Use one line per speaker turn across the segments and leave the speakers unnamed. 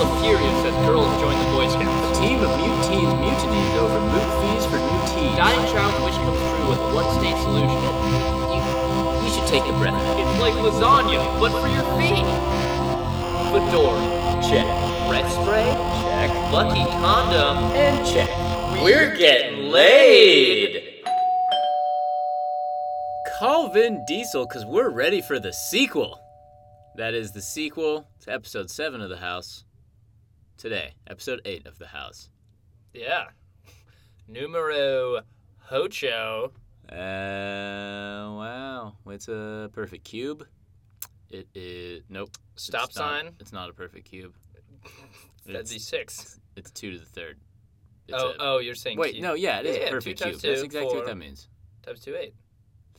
look furious as girls join the Boy Scouts.
A team of mutees mutinied over moot fees for new teas.
Dying child's wish comes true with one state solution.
You, you should take a breath.
It's like lasagna, but for your feet. Fedora, check. Breath spray, check. Lucky condom, and check.
We're getting laid! Call Vin Diesel because we're ready for the sequel. That is the sequel to episode 7 of The House. Today, episode 8 of The House.
Yeah. Numero Hocho.
Uh, wow. It's a perfect cube. It is. Nope. It's
Stop
not-
sign.
it's not a perfect cube.
That'd be
It's,
six.
it's 2 to the third. It's
Oh,
a-
oh, you're saying
Wait,
cube.
no, yeah, it is
Yeah, yeah,
a
two
perfect
times
cube. That's
two,
exactly
four.
what that means.
Times two eight.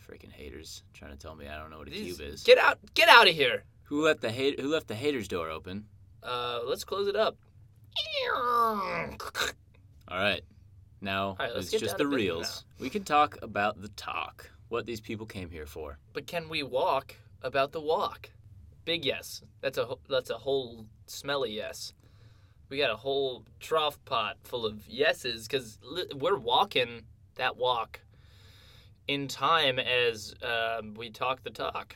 Freaking haters trying to tell me I don't know what a
These-
cube is.
Get out! Get out of here!
who left the hate? Who left the haters door open?
Uh, let's close it up.
All right, now
All right, let's
it's
get
just
down to
the
business
reels. We can talk about the talk. What these people came here for.
But can we walk about the walk? Big yes. That's a wh- that's a whole smelly yes. We got a whole trough pot full of yeses because li- we're walking that walk in time as um, we talk the talk,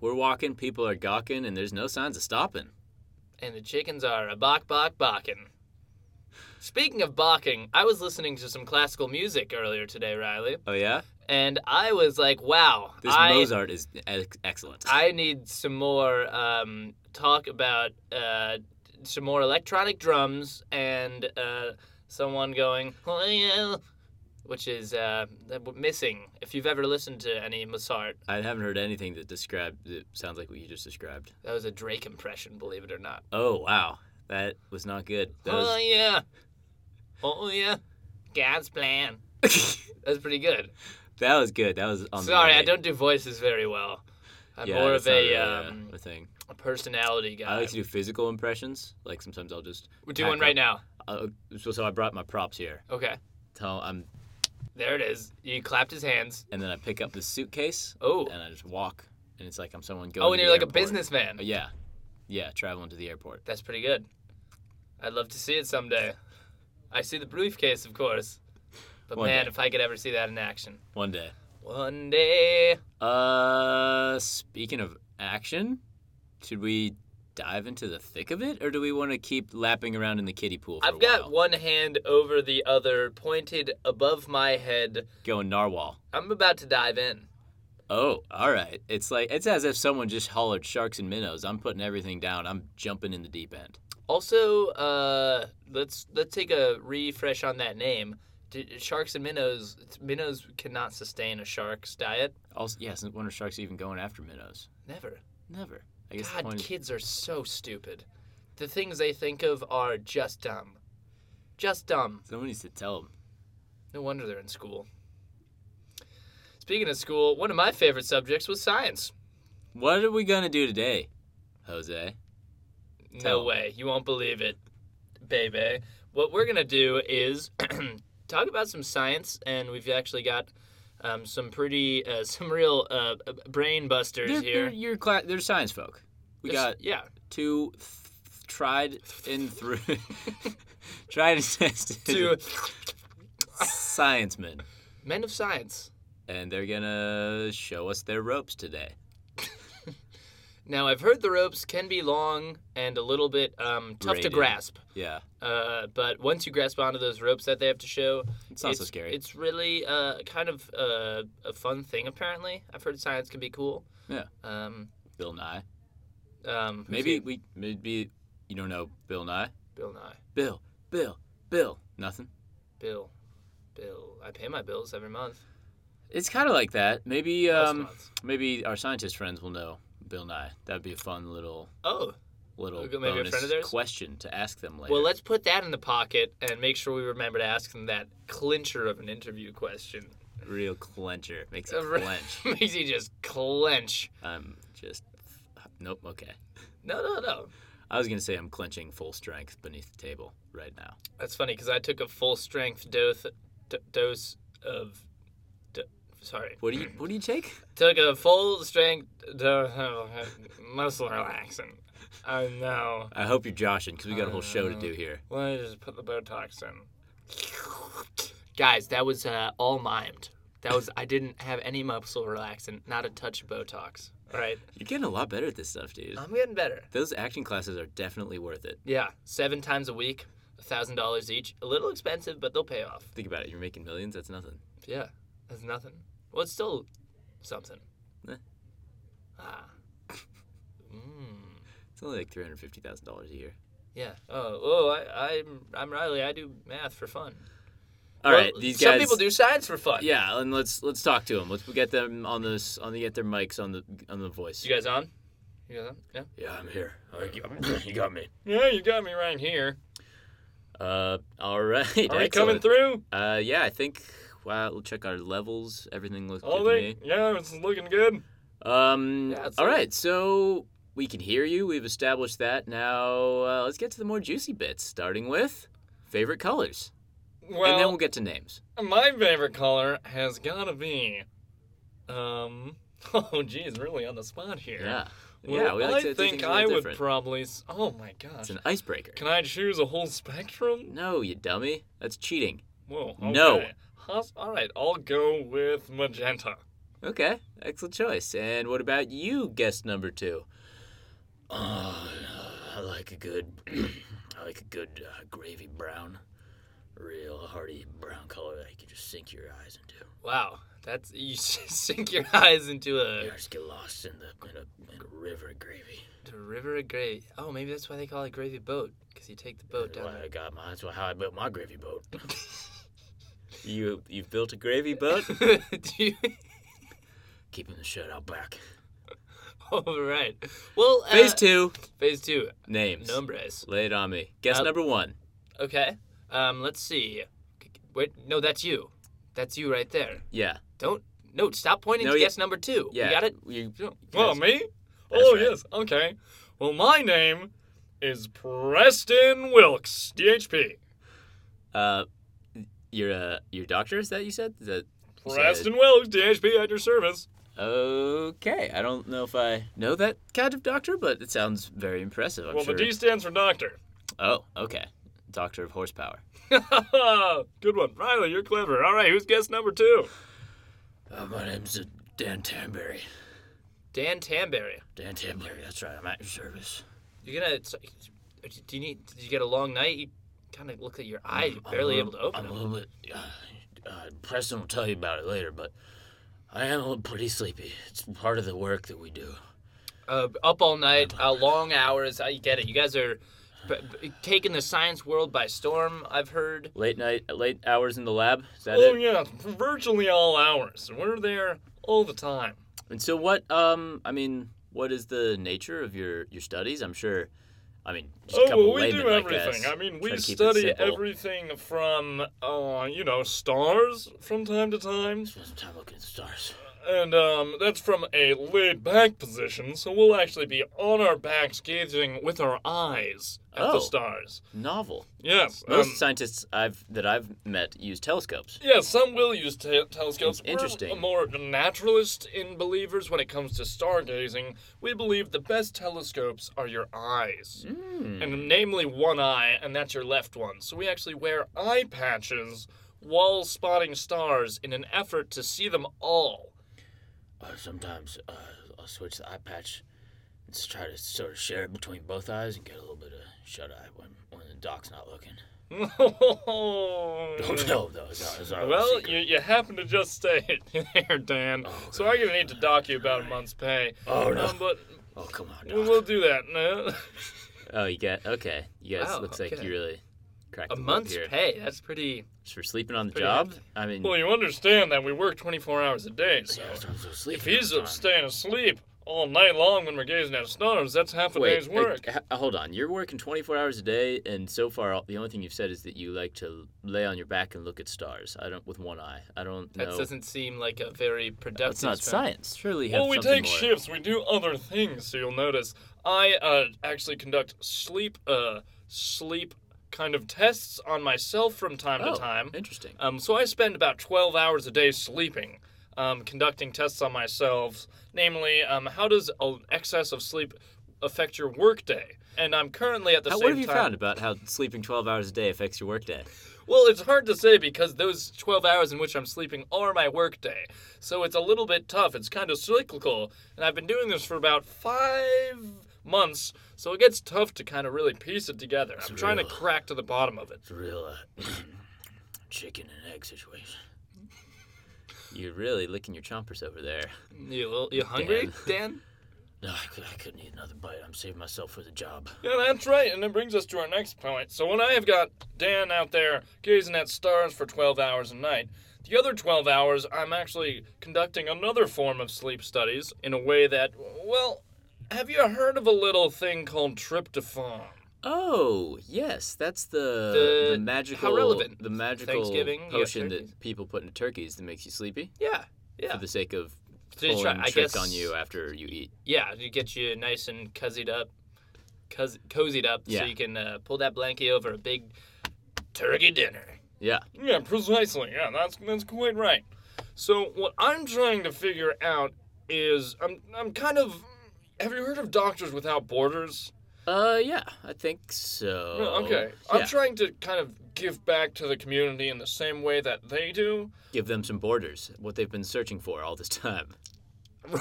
We're walking, people are gawking, and there's no signs of stopping.
and the chickens are a bok bok bocking. Speaking of balking, I was listening to some classical music earlier today, Riley,
Oh yeah,
and I was like, "Wow,
this
I,
Mozart is ex- excellent.
I need some more um, talk about uh, some more electronic drums and uh, someone going, which is uh, missing. If you've ever listened to any Mozart,
I haven't heard anything that described that sounds like what you just described.
that was a Drake impression, believe it or not.
Oh wow, that was not good. That
Oh
was,
yeah, oh yeah, God's plan. That's pretty good.
that was good. That was on the
Sorry,
money.
I don't do voices very well. I'm
Yeah,
more
that's
of
not
a,
really, uh,
um,
a thing.
a personality guy.
I like to do physical impressions. Like sometimes I'll just
We're doing
pack
right
up.
now.
Uh, so, so I brought my props here.
Okay,
Tell I'm,
there it is. You clapped his hands.
and then I pick up the suitcase
Oh.
and I just walk, and it's like I'm someone going.
Oh,
to
and
the
you're like a
airport.
businessman.
Uh, yeah, yeah, traveling to the airport.
That's pretty good. I'd love to see it someday. I see the briefcase, of course. But
One
man,
day.
if I could ever see that in action.
One day.
One day.
Uh, speaking of action, should we dive into the thick of it, or do we want to keep lapping around in the kiddie pool? For a
I've got
while?
one hand over the other, pointed above my head.
going narwhal.
I'm about to dive in.
Oh, all right. It's like it's as if someone just hollered sharks and minnows. I'm putting everything down. I'm jumping in the deep end.
Also, uh, let's let's take a refresh on that name. D- Sharks and minnows. Minnows cannot sustain a shark's diet.
Also, yes, when are sharks even going after minnows?
Never.
Never. I guess the
God,
point is-
kids are so stupid. The things they think of are just dumb. Just dumb.
someone needs to tell them.
No wonder they're in school. Speaking of school, one of my favorite subjects was science.
What are we gonna do today, Jose?
No
Tell 'em.
way. You won't believe it, baby. What we're going to do is talk about some science, and we've actually got um, some pretty, uh, some real uh, brain busters
They're,
here.
they're, you're cla- they're science folk. We
There's-
got
yeah.
two th- tried and through, tried and tested
Two
science men,
men of science.
and they're gonna show us their ropes today.
Now, I've heard the ropes can be long and a little bit um, tough to
Braided.
grasp.
Yeah,
Uh, but once you grasp onto those ropes that they have to show,
it's not so scary.
It's really uh, kind of uh, a fun thing. Apparently, I've heard science can be cool.
Yeah.
Um.
Bill Nye.
um who's
Maybe
it?
we maybe you don't know Bill Nye.
Bill Nye.
Bill, Bill, Bill. Nothing.
Bill. Bill. I pay my bills every month.
It's kind of like that. Maybe
Most
um,
months.
maybe our scientist friends will know Bill Nye. That'd be a fun little
Oh.
little
Okay, maybe a
bonus
friend of theirs?
question to ask them later.
Well, let's put that in the pocket and make sure we remember to ask them that clincher of an interview question.
real clencher makes it
Uh, re-
clench.
Makes you just clench.
I'm just nope. Okay,
No, no, no.
I was gonna say I'm clenching full strength beneath the table right now.
That's funny because I took a full strength dose d- dose of d- Sorry.
What do you What do you take?
Took a full strength to- muscle relaxant. I know.
I hope you're joshing because we got a whole show to
Uh,
do here.
Let me just put the Botox in. Guys, that was uh, all mimed. That was I didn't have any muscle relaxant, not a touch of Botox. All right,
You're getting a lot better at this stuff, dude.
I'm getting better.
Those acting classes are definitely worth it.
Yeah, seven times a week, a thousand dollars each. A little expensive, but they'll pay off.
Think about it. You're making millions. That's nothing.
Yeah, that's nothing. Well, it's still something.
Eh.
Ah. Mm.
It's only like three hundred fifty thousand dollars a year.
Yeah. Oh, oh, I, I'm, I'm Riley. I do math for fun.
All
Well,
right, these
Some
guys.
people do science for fun.
Yeah, and let's let's talk to them. Let's get them on this on the get their mics on the on the voice.
You guys on? You guys on? Yeah.
Yeah, I'm here. All right, you- you got me.
Yeah, you got me right here.
Uh, all right.
Are we
excellent.
coming through?
Uh, yeah, I think. Wow, we'll check our levels. Everything looks
All
good to me.
they, yeah, it's looking good.
Um,
Yeah, it's
all
like-
right, so we can hear you. We've established that. Now uh, let's get to the more juicy bits, starting with favorite colors,
Well,
and then we'll get to names.
my favorite color has gotta be, um, oh geez, really on the spot here.
Yeah,
Well,
yeah. We like
I
to do
think
things a
I
little
would
different.
probably. s- Oh my gosh!
It's an icebreaker.
Can I choose a whole spectrum?
No, you dummy. That's cheating.
Whoa.
No.
okay. Hus- all right, I'll go with magenta.
Okay, excellent choice. And what about you, guest number two? Oh, I like a good, I like a good uh, gravy brown, real hearty brown color that you can just sink your eyes into.
Wow, that's you sink your eyes into a,
Yeah, just get lost in the in a, in a river of gravy.
to a river of gravy. Oh, maybe that's why they call it gravy boat, because you take the boat
That's
down.
why I got my. That's why how I built my gravy boat. you you built a gravy boat?
there. Do you?
Keeping the shit out back.
All right. Well, uh,
Phase two
Phase two.
names.
Nombres.
Lay it on me. Guess
Uh,
number one.
Okay. Um, let's see. Wait, no, that's you. That's you right there.
Yeah.
Don't. No, stop pointing
No,
to
you-
guess number two.
Yeah.
You got it?
You,
Well,
That's-
me?
that's
oh,
right.
yes. Okay. Well, my name is Preston Wilkes, DHP.
uh, your uh, your doctor is that you said? Is that you said-
Preston Wilkes, DHP, at your service.
Okay, I don't know if I know that kind of doctor, but it sounds very impressive. I'm
well,
sure.
the D stands for doctor.
oh, okay, doctor of horsepower.
Good one. Riley, you're clever. All right, who's guess number two?
Uh, my name's uh, Dan Tamberry.
Dan Tamberry.
Dan Tamberry, that's right. I'm at your service.
You're gonna. so- Do you need? Did you get a long night? You kind of look at your eye. You're barely able to open
I'm a
them.
little bit. Uh, uh, Preston will tell you about it later, but I am a little pretty sleepy. It's part of the work that we do.
Uh, up all night, uh, long hours. I get it. You guys are b- b- taking the science world by storm. I've heard.
Late night, late hours in the lab. Is that
Oh
it?
yeah, virtually all hours. We're there all the time.
And so, what? Um, I mean, what is the nature of your your studies? I'm sure. I mean, just a
oh
couple
well, we
laymen
do
like
everything.
us.
I mean,
Try
we
to keep it
study
simple.
everything from, uh, you know, stars from time to time.
Spend some time looking at the stars.
And um, that's from a laid back position, so we'll actually be on our backs gazing with our eyes at
Oh.
the stars.
Novel.
Yes. Um,
Most scientists I've that I've met use telescopes.
yeah, some will use te- telescopes.
In- interesting.
We're more naturalist in believers when it comes to stargazing. We believe the best telescopes are your eyes,
Hmm.
and namely one eye, and that's your left one. So we actually wear eye patches while spotting stars in an effort to see them all.
Uh, sometimes uh, I'll switch the eye patch and s- try to sort of share it between both eyes and get a little bit of shut eye when, when the doc's not looking. Oh, no, no, it's not, it's not a
Well,
secret.
you, you happen to just say it there, Dan.
Oh,
so I'm gonna need to dock you about a month's pay.
Oh, no.
Um, but
oh, come on,
we
doc.
will do that. No?
Oh, you get okay. You guys
Wow,
looks like
okay.
you really cracked
A
the whip
month's
here.
pay? That's pretty.
Just for sleeping on the
pretty
job.
hefty.
I mean,
Well, you understand that we work 24 hours a day, so
Yeah, so I'm so
if
sleepy
he's
all the
up
time.
staying asleep all night long when we're gazing at stars, that's half a
wait,
day's work.
uh, h- hold on. You're working 24 hours a day, and so far all- the only thing you've said is that you like to lay on your back and look at stars. I don't with one eye. I don't know.
That doesn't seem like a very productive.
That's not
spend.
science. Surely you have
Well, we take
something more.
shifts. We do other things. So you'll notice I uh, actually conduct sleep uh, sleep kind of tests on myself from time
Oh,
to time.
Interesting.
Um, so I spend about 12 hours a day sleeping. um, conducting tests on myself, namely, um, how does an excess of sleep affect your workday? And I'm currently at the
How,
same
what have you
time.
found about how sleeping 12 hours a day affects your workday?
Well, it's hard to say because those 12 hours in which I'm sleeping are my workday. So it's a little bit tough. It's kind of cyclical. And I've been doing this for about five months. So it gets tough to kind of really piece it together. I'm trying to crack to the bottom of it.
It's a real uh, chicken and egg situation.
You're really licking your chompers over there.
You, little- you hungry, Dan?
No, I, cou- I couldn't eat another bite. I'm saving myself for the job.
Yeah, that's right. And that brings us to our next point. So when I have got Dan out there gazing at stars for 12 hours a night, the other 12 hours I'm actually conducting another form of sleep studies in a way that, well, have you heard of a little thing called tryptophan?
Oh, yes, that's the,
The-
the,
how
magical
relevant.
the magical
Thanksgiving, you got
potion
turkeys.
that people put into turkeys that makes you sleepy
Yeah, yeah.
for the sake of
To
pulling
try- I
tricks
guess-
on you after you eat.
yeah, to get you nice and cozied up, coz- cozied up
Yeah.
so you can uh, pull that blanket over a big turkey dinner.
Yeah.
Yeah, precisely. Yeah, that's that's quite right. So what I'm trying to figure out is I'm I'm kind of have you heard of Doctors Without Borders?
Uh, yeah, I think so.
Yeah, okay.
Oh, Yeah.
I'm trying to kind of give back to the community in the same way that they do.
Give them some borders. What they've been searching for all this time.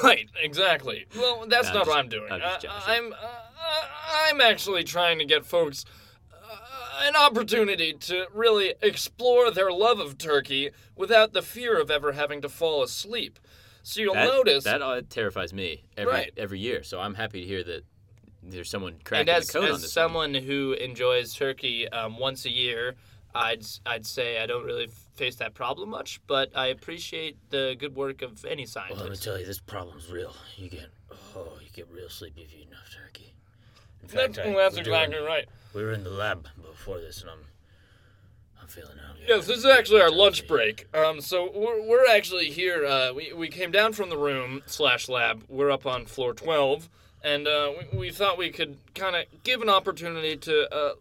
Right, exactly. Well, that's
I'm
not
just-
what I'm doing.
I'm just
I-
joshing.
I'm uh, I'm actually trying to get folks uh, an opportunity to really explore their love of turkey without the fear of ever having to fall asleep. So you'll
That,
notice
that uh, terrifies me every
Right.
every year. So I'm happy to hear that there's someone
and
cracking
as,
the code
as
on this. one.
someone who enjoys turkey um, once a year, I'd I'd say I don't really f- face that problem much, but I appreciate the good work of any
Well, let me
scientist.
tell you, this problem's real. You get, oh, you get real sleepy if you eat enough turkey. In
That-
I-
that's
we're doing-
exactly right.
we were in the lab before this, and I'm, I'm feeling out.
Yes, this is actually our lunch break. Um, so we're, we're actually here. Uh, we, we came down from the room slash lab. We're up on floor twelve, and uh, we, we thought we could kind of give an opportunity to uh,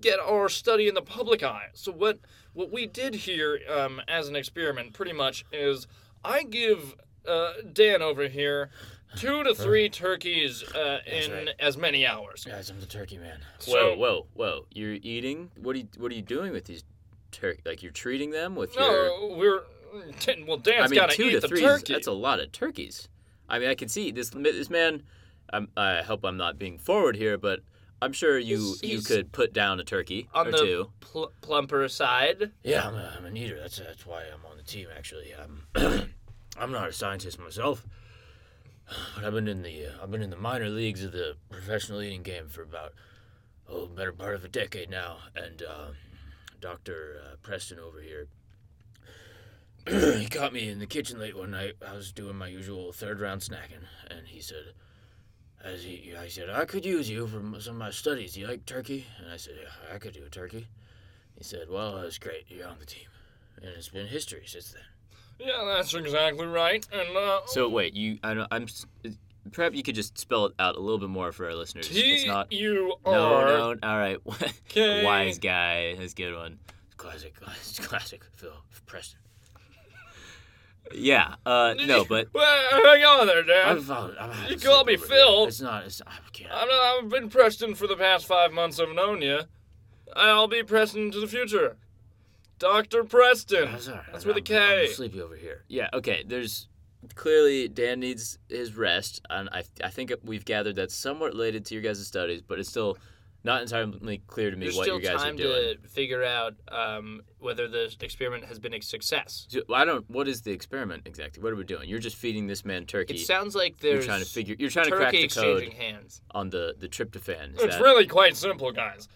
get our study in the public eye. So what what we did here um, as an experiment, pretty much, is I give uh, Dan over here two to three turkeys uh, in
right.
as many hours.
Guys, I'm the turkey man.
Whoa,
So-
whoa, whoa! You're eating. What are you What are you doing with these turkey? Like you're treating them with your.
No, we're well.
I
Dan's
mean,
got
two
eat
to
the
three. is-
turkey.
That's a lot of turkeys. I mean, I can see this. This man. I'm, I hope I'm not being forward here, but I'm sure you
He's-
you
he's-
could put down a turkey
on
or
the
two.
Pl- plumper side.
Yeah, I'm, a, I'm an eater. That's that's why I'm on the team. Actually, I'm I'm not a scientist myself, but I've been in the uh, I've been in the minor leagues of the professional eating game for about oh better part of a decade now. And uh, Doctor uh, Preston over here, he caught me in the kitchen late one night. I was doing my usual third round snacking, and he said. As he, I said, I could use you for m- some of my studies. Do you like turkey? And I said, yeah, I could do a turkey. He said, Well, that's great. You're on the team. And it's been history since then.
Yeah, that's exactly right. And uh,
So wait, you. I don't, I'm. s- Perhaps you could just spell it out a little bit more for our listeners. it's
T
not.
U
No,
R.
no. All right.
K.
Wise guy. That's a good one.
Classic, classic Phil Preston.
Yeah. Uh, no, but
Well, hang on there, Dad.
I'm
I've,
following. I'm having
You
sleep
call me
over
Phil?
here. It's not. It's, I can't.
I'm, I've been Preston for the past five months. I've known you. I'll be Preston into the future. Doctor Preston.
I'm sorry.
That's
I'm,
with a
I'm,
K.
I'm sleepy over here.
Yeah, okay. There's clearly Dan needs his rest, and I, I think we've gathered that's somewhat related to your guys' studies, but it's still not entirely clear to me
There's
what
still
you guys
time
are doing.
to figure out um, whether the experiment has been a success.
So, I don't. What is the experiment exactly? What are we doing? You're just feeding this man turkey.
It sounds like
you're
there's
trying to figure. You're trying to
turkey
crack the
exchanging
code
hands.
on the the tryptophan. Is
It's
that-
really quite simple, guys.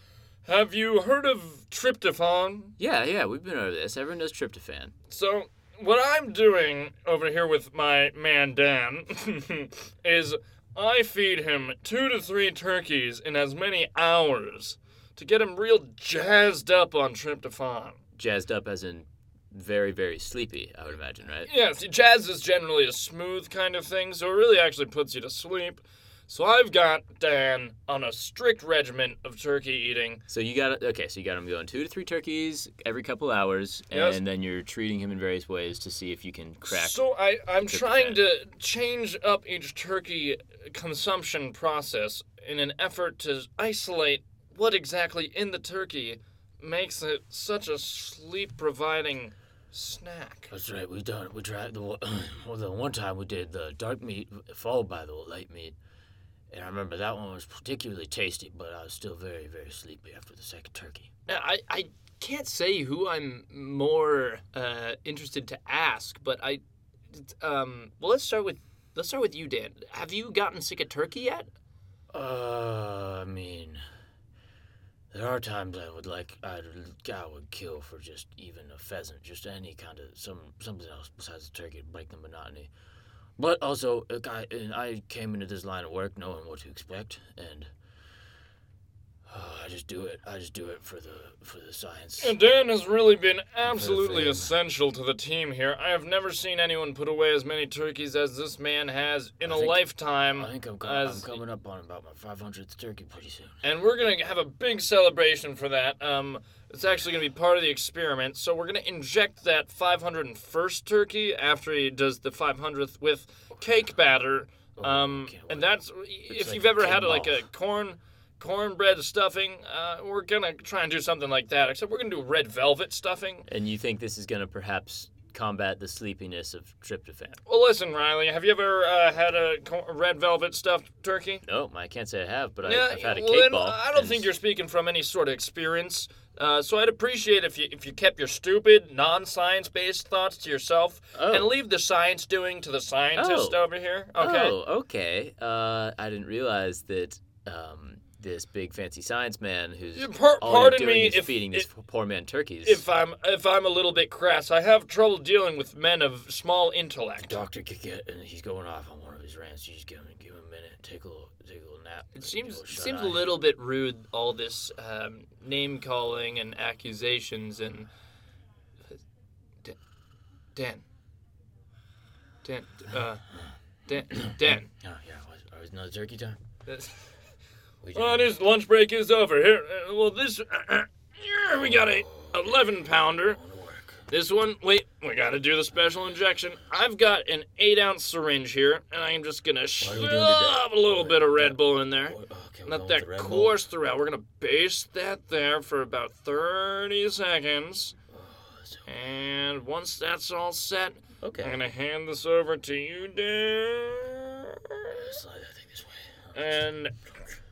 Have you heard of tryptophan?
yeah, yeah. We've been over this. Everyone knows tryptophan.
So what I'm doing over here with my man Dan is I feed him two to three turkeys in as many hours to get him real jazzed up on tryptophan.
Jazzed up, as in very, very sleepy. I would imagine, right?
Yeah, see, jazz is generally a smooth kind of thing, so it really actually puts you to sleep. So I've got Dan on a strict regimen of turkey eating.
So you got okay. So you got him going two to three turkeys every couple hours,
Yes.
and then you're treating him in various ways to see if you can crack.
So I, I'm
Turkey
trying
fat.
to change up each turkey consumption process in an effort to isolate what exactly in the turkey makes it such a sleep providing snack.
That's right. We done. We tried the one- well. The one time we did the dark meat followed by the light meat, and I remember that one was particularly tasty. But I was still very, very sleepy after the second turkey.
Now, I, I can't say who I'm more uh, interested to ask, but I it's, um well let's start with let's start with you, Dan. Have you gotten sick of turkey yet?
Uh, I mean, there are times I would like I'd, I would kill for just even a pheasant, just any kind of some something else besides the turkey to break the monotony. But also, a guy and I came into this line of work knowing what to expect, and uh, I just do it. I just do it for the for the science.
Dan has really been
absolutely Perfect.
essential to the team here. I have never seen anyone put away as many turkeys as this man has in
I
a
think-
lifetime.
I think I'm, co-
as-
I'm coming up on about my 500th turkey pretty soon.
and we're gonna have a big celebration for that. Um, it's actually gonna be part of the experiment. So we're gonna inject that 501st turkey after he does the 500th with cake batter. Um,
Oh, can't wait.
and that's if
like
you've ever
cake
had like a
balls.
corn cornbread stuffing, uh, we're gonna try and do something like that. Except we're gonna do red velvet stuffing.
And you think this is going to perhaps combat the sleepiness of tryptophan?
Well, listen, Riley, have you ever uh, had a cor- red velvet stuffed turkey?
No, I can't say I have, but
Yeah,
I, I've had a
well,
cake
then
ball.
I don't
and
think you're speaking from any sort of experience. Uh, so I'd appreciate if you if you kept your stupid non-science based thoughts to yourself
Oh.
and leave the science doing to the scientist
Oh.
over here. Okay.
Oh, okay. Uh, I didn't realize that um, this big fancy science man who's
Yeah, par-
all
pardon
you're doing
me
is
if-
feeding this poor man turkeys.
If I'm if I'm a little bit crass, I have trouble dealing with men of small intellect.
Doctor could get, and he's going off on one of his rants. You just give him, give him a minute, take a little, take a little nap.
It seems
little shut
seems
eye.
a little bit rude all this um, name calling and accusations and Dan Dan Dan uh, Dan Dan.
Oh yeah, was, oh, was another turkey time. We
Well, it is lunch break is over here. Uh, well, this here we got a eleven pounder.
going to work.
This one, wait, we gotta do the special injection. I've got an eight ounce syringe here, and I'm just gonna
Why are
shove
we doing today?
a little bit of Red Bull in there.
Boy, Oh, okay, we're going
Let
with
that
the Red Bull.
course throughout. We're gonna baste that there for about 30 seconds.
Oh,
And once that's all set, I'm
okay.
gonna hand this over to you, Dan.
Slide that thing this way.
And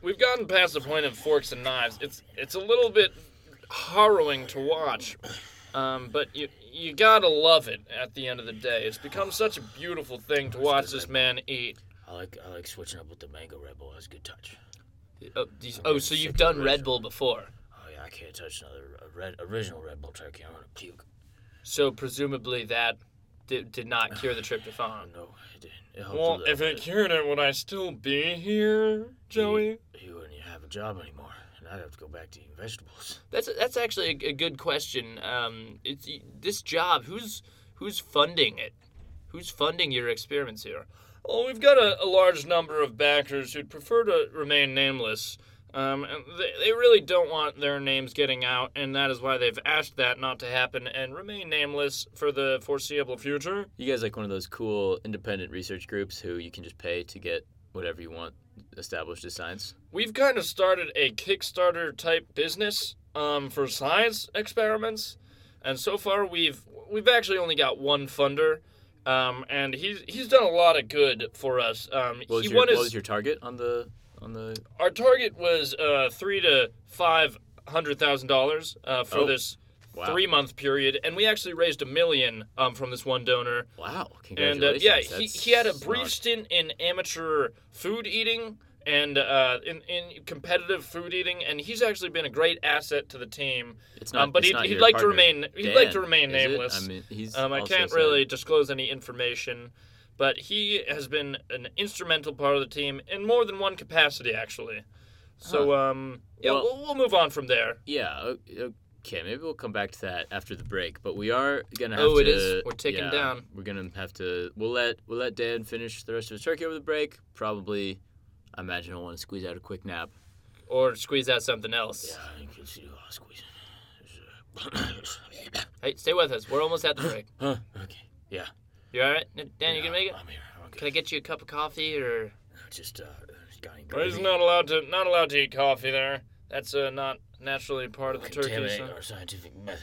we've gotten past the point of forks and knives. It's it's a little bit harrowing to watch, um, but you you gotta love it. At the end of the day, it's become such a beautiful thing to watch this man eat.
I like I like switching up with the mango Red Bull. That's a good touch.
Oh, these, oh so you've done Red Bull before?
Oh yeah, I can't touch another a red original Red Bull turkey. I'm gonna puke.
So presumably that did, did not cure the tryptophan.
No, I didn't. It helped a
Well,
little
if it
bit.
cured it, would I still be here, Joey?
you wouldn't have a job anymore, and I'd have to go back to eating vegetables.
That's that's actually a, a good question. Um, it's this job. Who's who's funding it? Who's funding your experiments here? Well, we've got a, a large number of backers who'd prefer to remain nameless. Um, and they, they really don't want their names getting out, and that is why they've asked that not to happen and remain nameless for the foreseeable future.
You guys like one of those cool independent research groups who you can just pay to get whatever you want established as science?
We've kind of started a Kickstarter type business um, for science experiments, and so far we've we've actually only got one funder, um, and he's he's done a lot of good for us. Um,
What was,
he
your,
won
what
his,
was your target on the on the?
our target was uh, three to five hundred thousand dollars uh, for
Oh.
this
Wow.
three month period, and we actually raised a million um, from this one donor.
Wow,
And
congratulations!
uh, yeah, he,
That's
he had a brief
smart.
stint in amateur food eating and uh, in, in competitive food eating, and he's actually been a great asset to the team.
It's not,
um, but
it's
he'd,
not
he'd
your
like
partner,
to remain he'd like to
Dan,
remain
is it?
nameless.
I mean, he's
um, I
also
can't
said-
really disclose any information, but he has been an instrumental part of the team in more than one capacity, actually. So um, yeah,
Well-
we'll, we'll move on from there.
Yeah. o- Okay. Maybe we'll come back to that after the break. But we are gonna have
Oh,
to.
it is. We're taken
yeah,
down.
We're gonna have to. We'll let we'll let Dan finish the rest of his turkey over the break. Probably. I imagine he'll want to squeeze out a quick nap.
Or squeeze out something else.
Yeah, I can see the last squeeze.
Hey, stay with us. We're almost at the break.
huh? Okay. Yeah.
You all right, Dan? You gonna make it?
I'm here. I'm
Can I
okay.
get you a cup of coffee or?
Just uh, just got any
He's
gravy?
not allowed to not allowed to eat coffee there. That's uh, not naturally part of the turkey.
Contaminate
So.
our scientific method.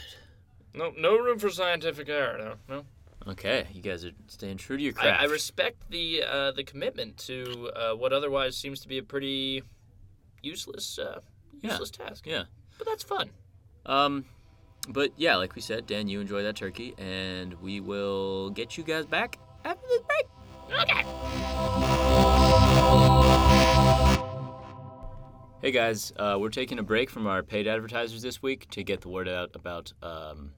No, no room for scientific error. No, no.
Okay, you guys are staying true to your
I,
craft.
I respect the uh, the commitment to uh, what otherwise seems to be a pretty useless uh,
Yeah.
useless task.
yeah.
But that's fun.
Um, but yeah, like we said, Dan, you enjoy that turkey, and we will get you guys back after this break.
Okay.
Hey guys, uh, we're taking a break from our paid advertisers this week to get the word out about um,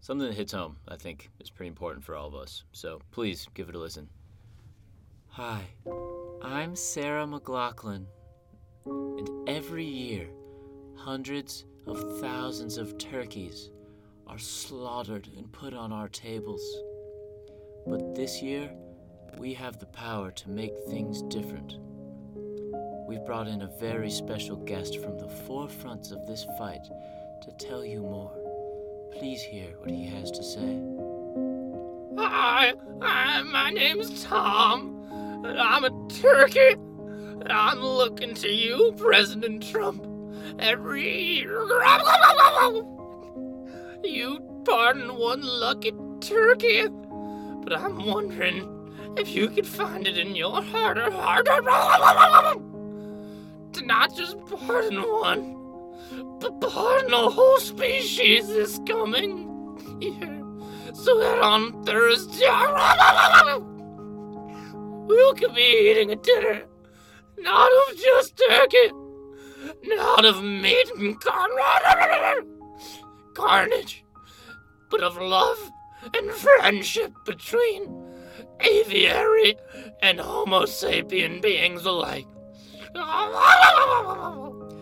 something that hits home. I think is pretty important for all of us. So please give it a listen. Hi, I'm Sarah McLaughlin, and every year, hundreds of thousands of turkeys are slaughtered and put on our tables. But this year, we have the power to make things different. We've brought in a very special guest from the forefronts of this fight to tell you more. Please hear what he has to say.
Hi, hi, my name's Tom, and I'm a turkey, and I'm looking to you, President Trump, every year. You pardon one lucky turkey, but I'm wondering if you could find it in your heart or heart to not just pardon one, but pardon a whole species this coming year so that on Thursday we could be eating a dinner not of just turkey, not of meat and carn- carnage, but of love and friendship between aviary and Homo sapien beings alike. Call,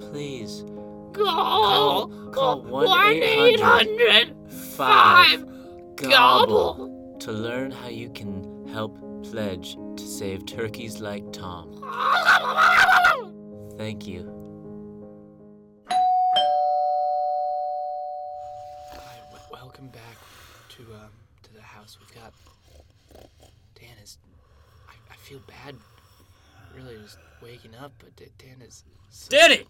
Please,
call,
call
1 800 5 Gobble.
to learn how you can help pledge to save turkeys like Tom. Thank you.
Hi, w- welcome back to um, to the house. We've got Dan is. I, I feel bad, really, just waking up, but Da- Dan is. So-
Danny!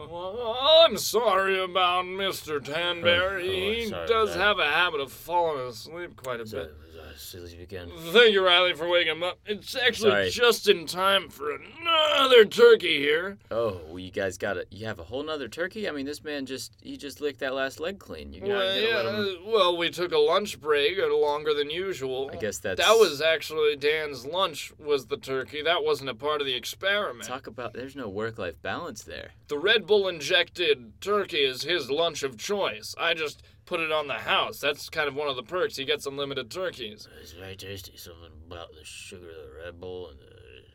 I'm sorry about Mr.
Oh,
Tanberry.
He
he
sorry, does
does
sorry.
have a habit of falling asleep quite a
So,
bit.
uh, silly weekend.
Thank you, Riley, for waking him up. It's actually
Sorry.
just in time for another turkey here.
Oh, well, you guys got to You have a whole nother turkey? I mean, this man just. He just licked that last leg clean. You're not
well,
gonna
yeah,
let him.
uh, well, we took a lunch break, uh, longer than usual.
I guess that's.
uh, That was actually Dan's lunch was the turkey. That wasn't a part of the experiment.
Talk about. There's no work life balance there.
The Red Bull injected turkey is his lunch of choice. I just put it on the house. That's kind of one of the perks. He gets unlimited turkeys.
It's very tasty. Something about the sugar of the Red Bull and the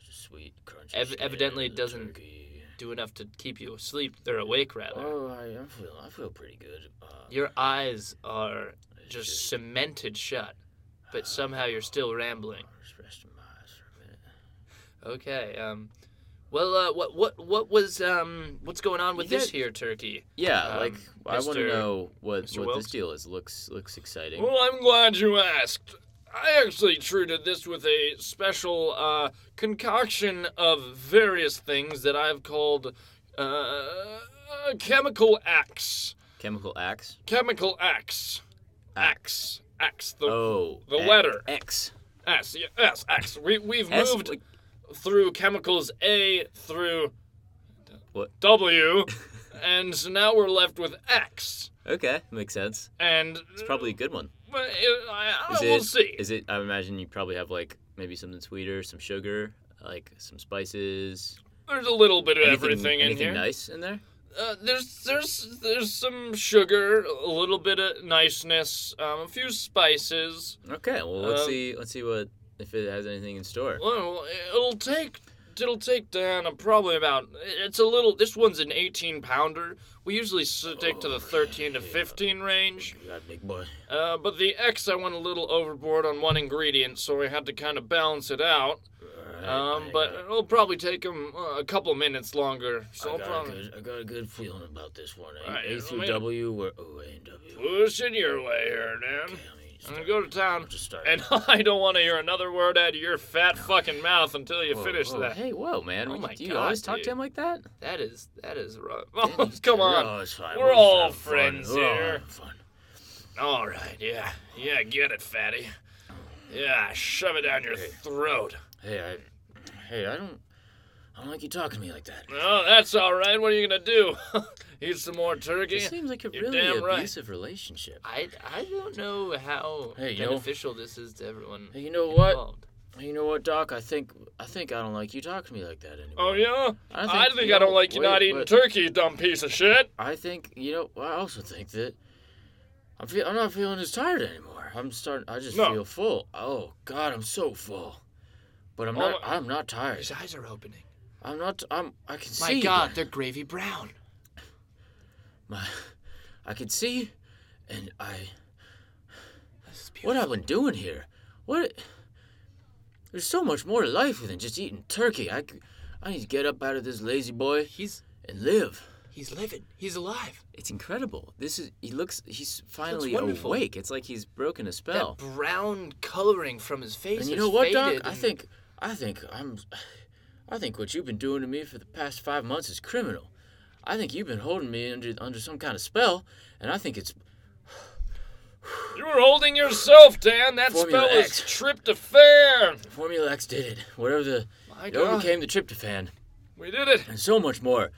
sweet crunch. of
Ev-
skin
evidently
and the
doesn't-
turkey.
Do enough to keep you asleep or awake rather.
Oh, I, I feel I feel pretty good. Uh,
Your eyes are
it's
just cemented shut, but somehow you're still rambling.
I was resting my eyes for a minute.
Okay. Um. Well, uh, what what what was um what's going on with
You
this
get-
here turkey?
Yeah,
Um,
like I want to
Mr.
know what
Mr.
what
Wilkes?
this deal is. Looks looks exciting.
Well, I'm glad you asked. I actually treated this with a special uh, concoction of various things that I've called uh, chemical axe.
Chemical axe.
Chemical axe. Axe. Axe. The
Oh,
the
a-
letter.
X.
S. yeah, S. Axe. We, we've
S-
moved
like-
through chemicals A through
What?
W, and so now we're left with X.
okay, makes sense.
And
It's probably a good one.
uh, I, I,
Is
we'll
it?
see.
Is it? I imagine you probably have like maybe something sweeter, some sugar, like some spices.
There's a little bit of
Anything-
everything in
anything
here.
nice in there?
Uh, there's there's there's some sugar, a little bit of niceness, um, a few spices.
Okay, well let's
Um,
see let's see what if it has anything in store.
Well, it'll take it'll take Dan uh, probably about. It's a little. This one's an 18 pounder. We usually stick
Oh,
to the 13 to 15 range.
You got big boy.
Uh, but the X I went a little overboard on one ingredient, so I had to kind of balance it out.
All right.
I-
Um,
I
but
got-
it'll probably take him uh, a couple minutes longer. So
I
I'll
got, a
probably
good, I got a good feeling about this one. A,
Alright,
a
let
through
me-
W, we're oh, A and W.
push it your way here, Dan.
Okay, I mean,
I'm gonna go to town,
just start.
Mm-hmm. and I don't want to hear another word out of your fat fucking mouth until you
Whoa,
finish
whoa,
that.
Hey, whoa, man!
Oh
Would you-
my
do you
God,
always talk
dude.
to him like that?
That is that is rough. Oh, come on.
No, it's fine.
We're
just
all
having fun.
friends
We're all
here.
having fun.
All right, yeah, yeah, get it, fatty. Yeah, shove it down your
Hey.
throat.
Hey, I, hey, I don't, I don't like you talking to me like that.
Oh, that's all right. What are you gonna do? Eat some more turkey?
It seems like a
you're
really
damn right.
abusive relationship.
I, I don't know how
Hey, you know-
beneficial this is to everyone
Hey, you know what?
involved.
Hey, you know what, Doc? I think, I think I don't like you talking to me like that anymore.
Oh yeah,
I
I
don't
think,
think,
I,
you
don't
know,
like you
wait,
not eating
but
turkey, you dumb piece of shit.
I think you know. I also think that I'm feel, I'm not feeling as tired anymore. I'm starting. I just
No.
feel full. Oh God, I'm so full. But I'm
Oh
not. I'm not tired.
His eyes are opening.
I'm not. I'm. I can
My
see.
God, they're gravy brown.
My, I can see, and I.
This is
What
beautiful.
I've been doing here? What? There's so much more to life than just eating turkey. I, c- I need to get up out of this lazy boy
He's
and live.
he's living. He's alive.
It's incredible. This is he looks he's finally
wonderful.
awake. It's like he's broken a spell.
That brown coloring from his face.
Oh. And you
has
know what, Doc?
faded
I
and-
think, I think I'm, I think what you've been doing to me for the past five months is criminal. I think you've been holding me under under some kind of spell, and I think it's
you were holding yourself, Dan. That
Formula
spell
X.
is tryptophan.
Formula X did it. Whatever the,
Oh
My
it
God.
overcame the tryptophan,
We did it,
and so much more.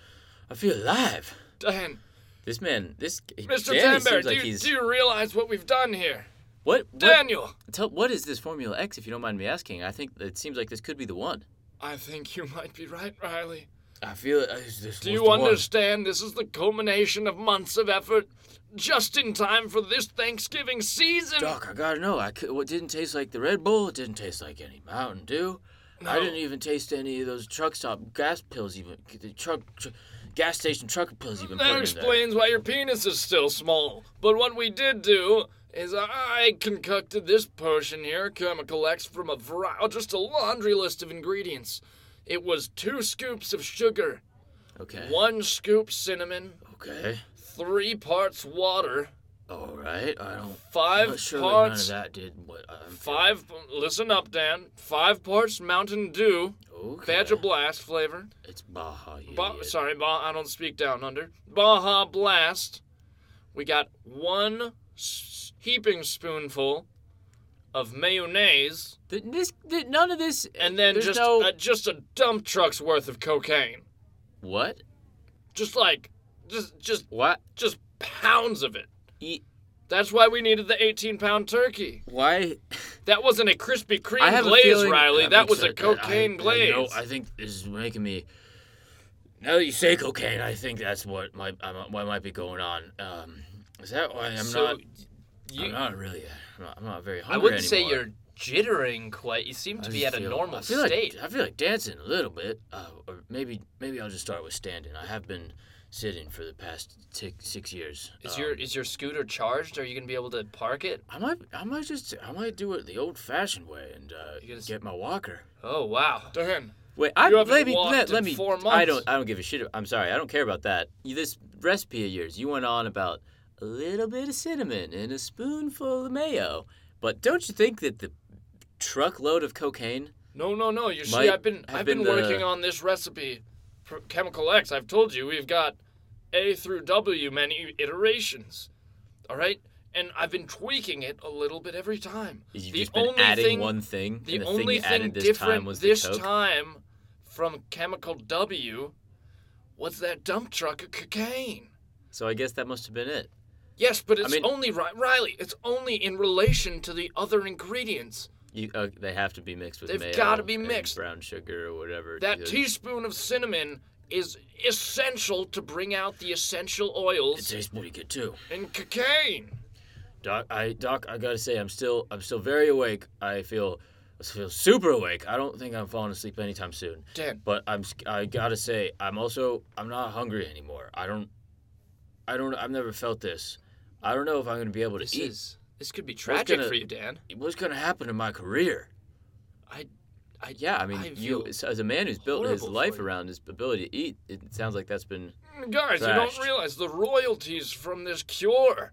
I feel alive.
Dan.
This man, this he-
Mr.
Danny
Tanberg,
seems
do,
like
you-
he's
do you realize what we've done here,
what, what
Daniel?
tell what is this Formula X if you don't mind me asking? I think it seems like this could be the one.
I think you might be right, Riley.
I feel it. Is this
Do
was
you
the one.
understand? This is the culmination of months of effort, just in time for this Thanksgiving season.
Doc, I gotta know. I could, what didn't taste like the Red Bull. It didn't taste like any Mountain Dew. I
No.
didn't even taste any of those truck stop gas pills. Even the truck, tr- gas station truck pills. Even
That explains why your penis is still small. But what we did do is I concocted this potion here, Chemical X, from a variety, just a laundry list of ingredients. It was two scoops of sugar,
Okay.
one scoop cinnamon,
Okay.
three parts water,
All right. I don't.
five
But surely none of
parts.
that did what I'm.
Five. Listen up, Dan. Five parts Mountain Dew,
Okay.
Badger Blast flavor.
It's Baja. You
Ba-
idiot.
sorry, ba- I don't speak down under. Baja Blast. We got one s- heaping spoonful of mayonnaise,
Th- This, th- none of this
and then
there's
just
no
uh, just a dump truck's worth of cocaine.
what?
Just like, just just
What?
just pounds of it.
E-
That's why we needed the 18-pound turkey.
why
That wasn't a Krispy
I
Kreme
have a
glaze,
feeling-
Riley.
Yeah,
that
me
was
too.
a cocaine
I,
glaze.
I, know, I think this is making me. Now that you say cocaine, I think that's what might I, might- what might be going on. Um, is that why I'm
so
not?
you,
I'm not really. I'm not, I'm not very
I
hungry
wouldn't say
anymore.
you're jittering quite. You seem to
I
be
just
at a
feel-
normal
I feel like-
state.
I feel like dancing a little bit, uh, or maybe maybe I'll just start with standing. I have been sitting for the past six, six years.
Is
Um,
your is your scooter charged? Are you gonna be able to park it?
I might I might just I might do it the old-fashioned way and uh,
You just-
get my walker.
Oh wow, Dan.
Wait, I
haven't
let me
walked
let,
in
let me.
four
I
months.
don't. I don't give a shit. I'm sorry. I don't care about that. You- This recipe of yours, you went on about a little bit of cinnamon and a spoonful of mayo, but don't you think that the truckload of cocaine?
No, no, no. You see,
Might
I've been
have
I've been,
been the-
working on this recipe, for Chemical X. I've told you we've got A through W many iterations. All right, and I've been tweaking it a little bit every time.
You've
The
just been
only
adding
thing-
one thing.
The,
and the
only
thing, you added this
different
time was the
this
coke.
time from Chemical W was that dump truck of cocaine.
So I guess that must have been it.
Yes, but it's
mean-
only ri- Riley. It's only in relation to the other ingredients.
You, uh, they have to be mixed with
They've
mayo.
gotta be
and
mixed.
brown sugar or whatever.
That
because-
teaspoon of cinnamon is essential to bring out the essential
It
oils
tastes pretty good too.
in cocaine.
Doc, I Doc, I gotta say, I'm still I'm still very awake. I feel I feel super awake. I don't think I'm falling asleep anytime soon.
Dan,
But I'm s- I gotta say, I'm also I'm not hungry anymore. I don't I don't I've never felt this. I don't know if I'm gonna be able to
this
eat.
is this could be tragic
gonna-
for you, Dan.
What's gonna happen to my career?
I I,
yeah, I mean,
I
you
feel
as as a man who's built his
horrible
life
for you.
around his ability to eat, it sounds like that's been.
Guys, you
Thrashed.
don't realize the royalties from this cure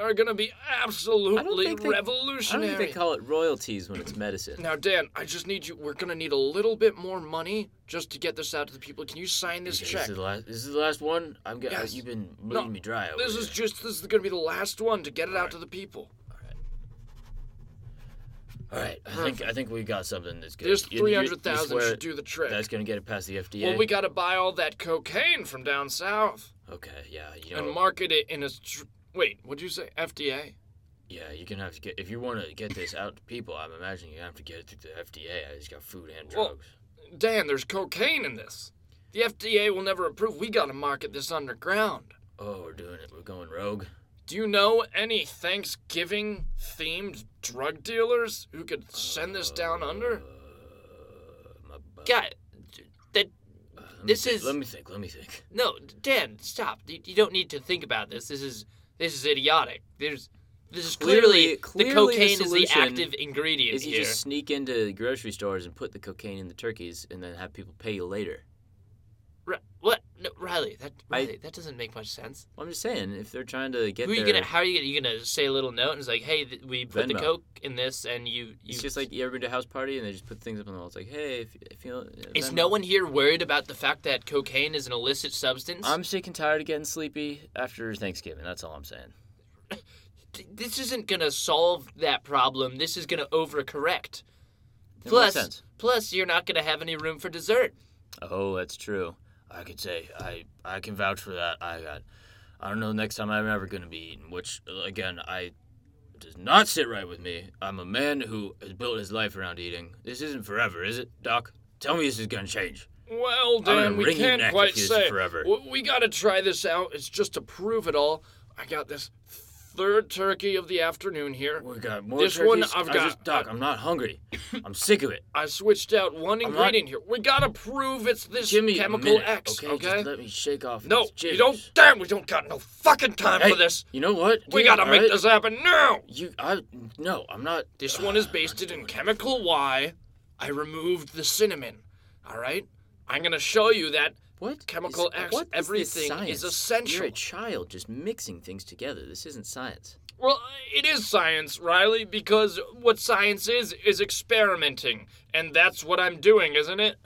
are going to be absolutely
think they- I don't
revolutionary.
think they call it royalties when it's medicine.
now, Dan, I just need you. We're going to need a little bit more money just to get this out to the people. Can you sign this
Okay,
check?
This is the last. This is the last one. I'm
uh,
getting.
Yes.
You've been
No,
bleeding me dry. Over
This
here.
is just this is going to be the last one to get it out to the people.
All right. I think I think we got something that's good.
This
You- you- you
three hundred thousand
swear
should do the trick.
That's gonna get it past the FDA.
well, we got to buy all that cocaine from down south
okay. Yeah. You know.
and market it in a. Tr- Wait, what'd you say? FDA?
yeah. You can have to get if you want to get this out to people. I'm imagining you have to get it through the FDA. It's got food and
Well-
drugs.
Dan, there's cocaine in this. The FDA will never approve. We got to market this underground.
oh, we're doing it. We're going rogue.
Do you know any Thanksgiving themed drug dealers who could send this down under?
Uh, My butt.
God, that
Uh, let me
this
think,
is-
Let me think. Let me think.
no, Dan, stop. You, you don't need to think about this. This is this is idiotic. There's this is clearly,
Clearly- clearly
the
the
cocaine is the
solution
active ingredient
Is you
here.
just sneak into the grocery stores and put the cocaine in the turkeys and then have people pay you later?
Ri- what? No, Riley, that
I-
Riley, that doesn't make much sense.
Well, I'm just saying, if they're trying to get
Who are you
their-
gonna? How are you gonna? You gonna say a little note and it's like, hey, th- we put the
Venmo.
coke in this, and you. you
it's just like you ever been to a house party and they just put things up on the wall. It's like, hey, if, if you
Is
Venmo.
no one here worried about the fact that cocaine is an illicit substance?
I'm sick and tired of getting sleepy after Thanksgiving. That's all I'm saying.
Th- this isn't gonna solve that problem. This is gonna overcorrect.
It makes
Plus-
sense.
Plus, you're not gonna have any room for dessert.
oh, that's true.
I could say I I can vouch for that. I got. I don't know the next time I'm ever gonna be eating, which uh, again I does not sit right with me. I'm a man who has built his life around eating. This isn't forever, is it, Doc? Tell me this is gonna change.
Well,
gonna
Dan, we
wring your
can't
neck
quite
if you
say.
forever.
W- We gotta try this out. It's just to prove it all. I got this third turkey of the afternoon here.
We got more
This one
turkeys.
I've
I
got-
just- Doc, I'm not hungry. I'm sick of it.
I switched out one
not-
ingredient here. We gotta prove it's this
Jimmy,
chemical X.
Okay, just let me shake off.
no,
these jitters.
you don't. Damn, we don't got no fucking time
Hey,
for this.
You know what?
We
dude?
gotta
All
make
right?
this happen now.
You, I, no, I'm not.
This one is basted in chemical Y. I removed the cinnamon. All right? I'm going to show you that
What?
Chemical
is-
X,
what is this
everything is
science? You're
essential.
a child just mixing things together. This isn't science.
well, it is science, Riley, because what science is is experimenting, and that's what I'm doing, isn't it?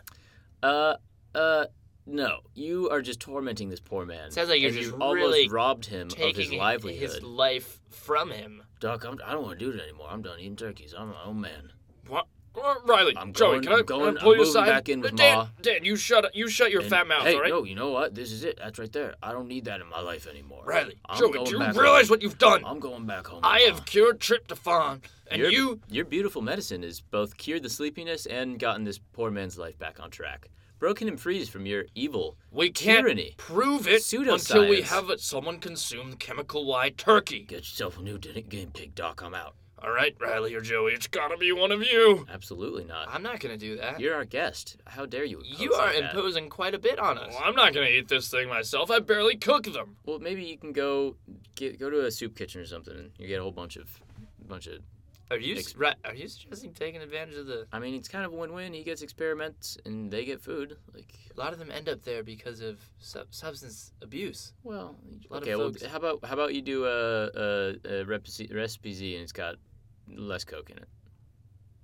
Uh, uh, no. You are just tormenting this poor man.
Sounds like you're
and
just
you almost
really
robbed him of his
Taking
livelihood.
his life from him.
Doc, I'm, I don't want to do it anymore. I'm done eating turkeys. I'm my own man.
What? Uh, Riley,
I'm
Joey,
going-
can I,
I'm going-
can I pull
I'm
you
moving
aside?
back in with
Dan,
Ma.
Dan, you shut up. You shut your
And,
fat mouth,
hey,
all right?
no, you know what? This is it. That's right there. I don't need that in my life anymore.
Riley,
I'm
Joey,
going
do you
back
realize
home.
what you've done?
I'm going back home.
I have
Mom.
cured tryptophan, and
your,
you
your beautiful medicine has both cured the sleepiness and gotten this poor man's life back on track, broken him free from your evil
We can't
tyranny.
prove it until we
Pseudoscience.
have it- someone consume chemical Y turkey.
Get yourself a new din- guinea pig, Doc. I'm out.
All right, Riley or Joey, it's gotta be one of you.
Absolutely not.
I'm not gonna do that.
You're our guest. How dare you? impose
You are
like that?
imposing quite a bit on us.
Well, I'm not gonna eat this thing myself. I barely cook them.
Well, maybe you can go get, go to a soup kitchen or something, and you get a whole bunch of bunch of.
Are you
Ex-
right, are you suggesting taking advantage of the?
I mean, it's kind of a win-win. He gets experiments, and they get food. Like,
A lot of them end up there because of sub- substance abuse.
well,
lot of
okay. Well,
folks-
how about how about you do a a, a recipe, recipe Z, and it's got less coke in it.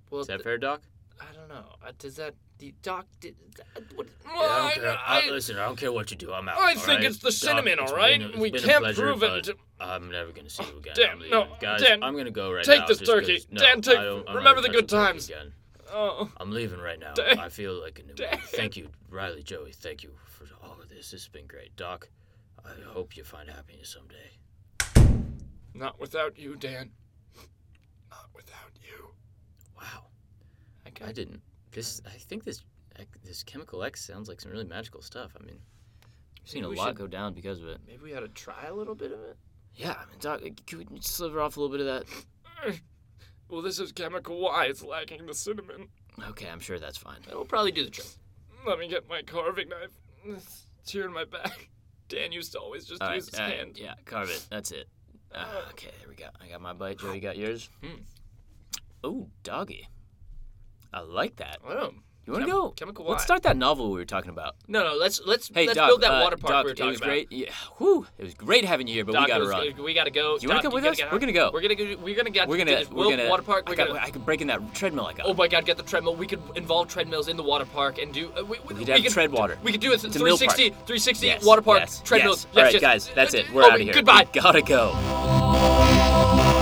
Well,
Is that
th-
fair, Doc?
I don't know. Uh, Does that the doc? Did, that- what,
Yeah, I
I-
don't care. I,
I-
listen, I don't care what you do. I'm out.
I
all
think
right?
it's the
Doc,
cinnamon,
it's
all right?
been a- it's
we
been a
can't
pleasure,
prove it.
but
until-
I'm never gonna see you again.
Dan,
I'm leaving.
no,
guys,
Dan,
I'm gonna go right
take
now.
this
just 'cause-
turkey.
no,
Dan, take-
I don't- I'm never
remember the good
touching turkey
times.
Again.
Oh,
I'm leaving right now.
Dan.
I feel like a new
Dan.
man. Thank you, Riley, Joey. Thank you for all of this. This has been great, Doc. I hope you find happiness someday.
not without you, Dan. Not without you.
Wow,
I
I
got,
didn't. This I think this this chemical X sounds like some really magical stuff. I mean, we've seen a
we
lot
should-
go down because of it.
maybe we ought to try a little bit of it.
Yeah, I mean, Doc, could we sliver off a little bit of
Well, this is chemical Y. It's lacking the cinnamon.
that? Okay, I'm sure that's fine.
It'll probably do the trick.
Let me get my carving knife. It's tearing my back. Dan used to always just
All right,
use his
all right,
hand.
yeah, carve it. That's it. Ah,
Hmm.
okay, there we go. I got my bite. Joey got yours. Oh, doggy. I like that.
Oh,
You want to
Chem-
go?
chemical
Let's
wine.
start that novel we were talking about.
no, no. Let's let's
Hey,
let's
Doc.
build that
uh,
water park
Doc,
we were
it
talking
was
about.
great. Yeah, whew, it was great having you here, but
Doc,
we gotta
it was-
run.
We gotta go.
Do you wanna
Doc,
come with
gotta
us?
get out.
We're gonna go.
We're gonna go. We're gonna get.
We're gonna,
to this
we're gonna,
water park. We're
I, got,
gonna.
I could break in that treadmill I got.
Oh my God! Get the treadmill. We could involve treadmills in the water park and do. Uh, we, we,
could have
we could,
tread water.
We could do it.
It's a mill
360, 360
Yes,
water park
yes,
treadmills.
Yes. All right, guys, that's it. We're
oh,
out of here.
Goodbye.
We gotta go.